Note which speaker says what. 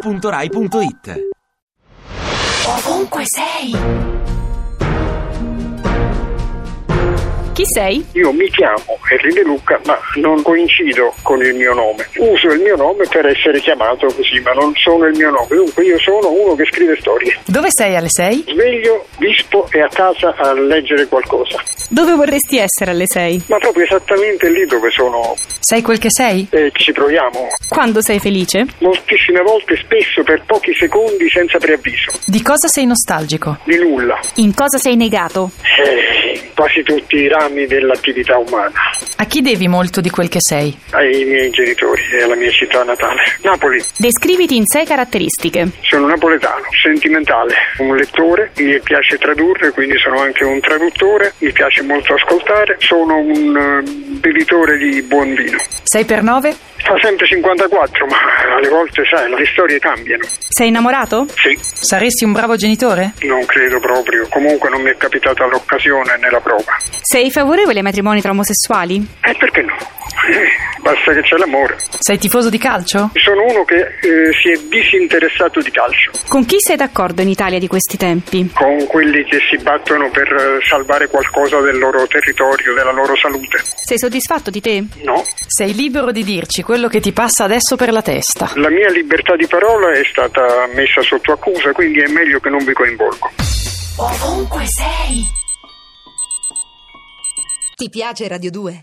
Speaker 1: radio2pod.rai.it
Speaker 2: Ovunque sei.
Speaker 3: Chi sei?
Speaker 4: Io mi chiamo Henry De Luca, ma non coincido con il mio nome. Uso il mio nome per essere chiamato così, ma non sono il mio nome. Dunque io sono uno che scrive storie.
Speaker 3: Dove sei alle 6?
Speaker 4: Sveglio, vispo e a casa a leggere qualcosa.
Speaker 3: Dove vorresti essere alle 6?
Speaker 4: Ma proprio esattamente lì dove sono
Speaker 3: Sei quel che sei?
Speaker 4: e ci proviamo.
Speaker 3: Quando sei felice?
Speaker 4: Moltissime volte, spesso per pochi secondi senza preavviso.
Speaker 3: Di cosa sei nostalgico?
Speaker 4: Di nulla.
Speaker 3: In cosa sei negato?
Speaker 4: Eh, quasi tutti i rami dell'attività umana.
Speaker 3: A chi devi molto di quel che sei?
Speaker 4: Ai miei genitori e alla mia città natale. Napoli.
Speaker 3: Descriviti in sei caratteristiche.
Speaker 4: Sono napoletano, sentimentale, un lettore, mi piace tradurre, quindi sono anche un traduttore, mi piace molto ascoltare, sono un eh, bevitore di buon vino.
Speaker 3: 6 per 9?
Speaker 4: Fa sempre 54, ma alle volte, sai, le storie cambiano.
Speaker 3: Sei innamorato?
Speaker 4: Sì,
Speaker 3: Saresti un bravo genitore?
Speaker 4: non credo proprio, comunque non mi è capitata l'occasione nella prova.
Speaker 5: Sei favorevole ai matrimoni tra omosessuali?
Speaker 4: E perché no? Eh, Basta che c'è l'amore.
Speaker 3: Sei tifoso di calcio?
Speaker 4: Sono uno che eh, si è disinteressato di calcio,
Speaker 5: Con chi sei d'accordo in Italia di questi tempi?
Speaker 4: con quelli che si battono per eh, salvare qualcosa del loro territorio, della loro salute.
Speaker 5: Sei soddisfatto di te?
Speaker 4: No,
Speaker 3: Sei libero di dirci quello che ti passa adesso per la testa.
Speaker 4: La mia libertà di parola è stata messa sotto accusa, quindi è meglio che non vi coinvolgo.
Speaker 2: Ovunque sei.
Speaker 6: Ti piace Radio 2?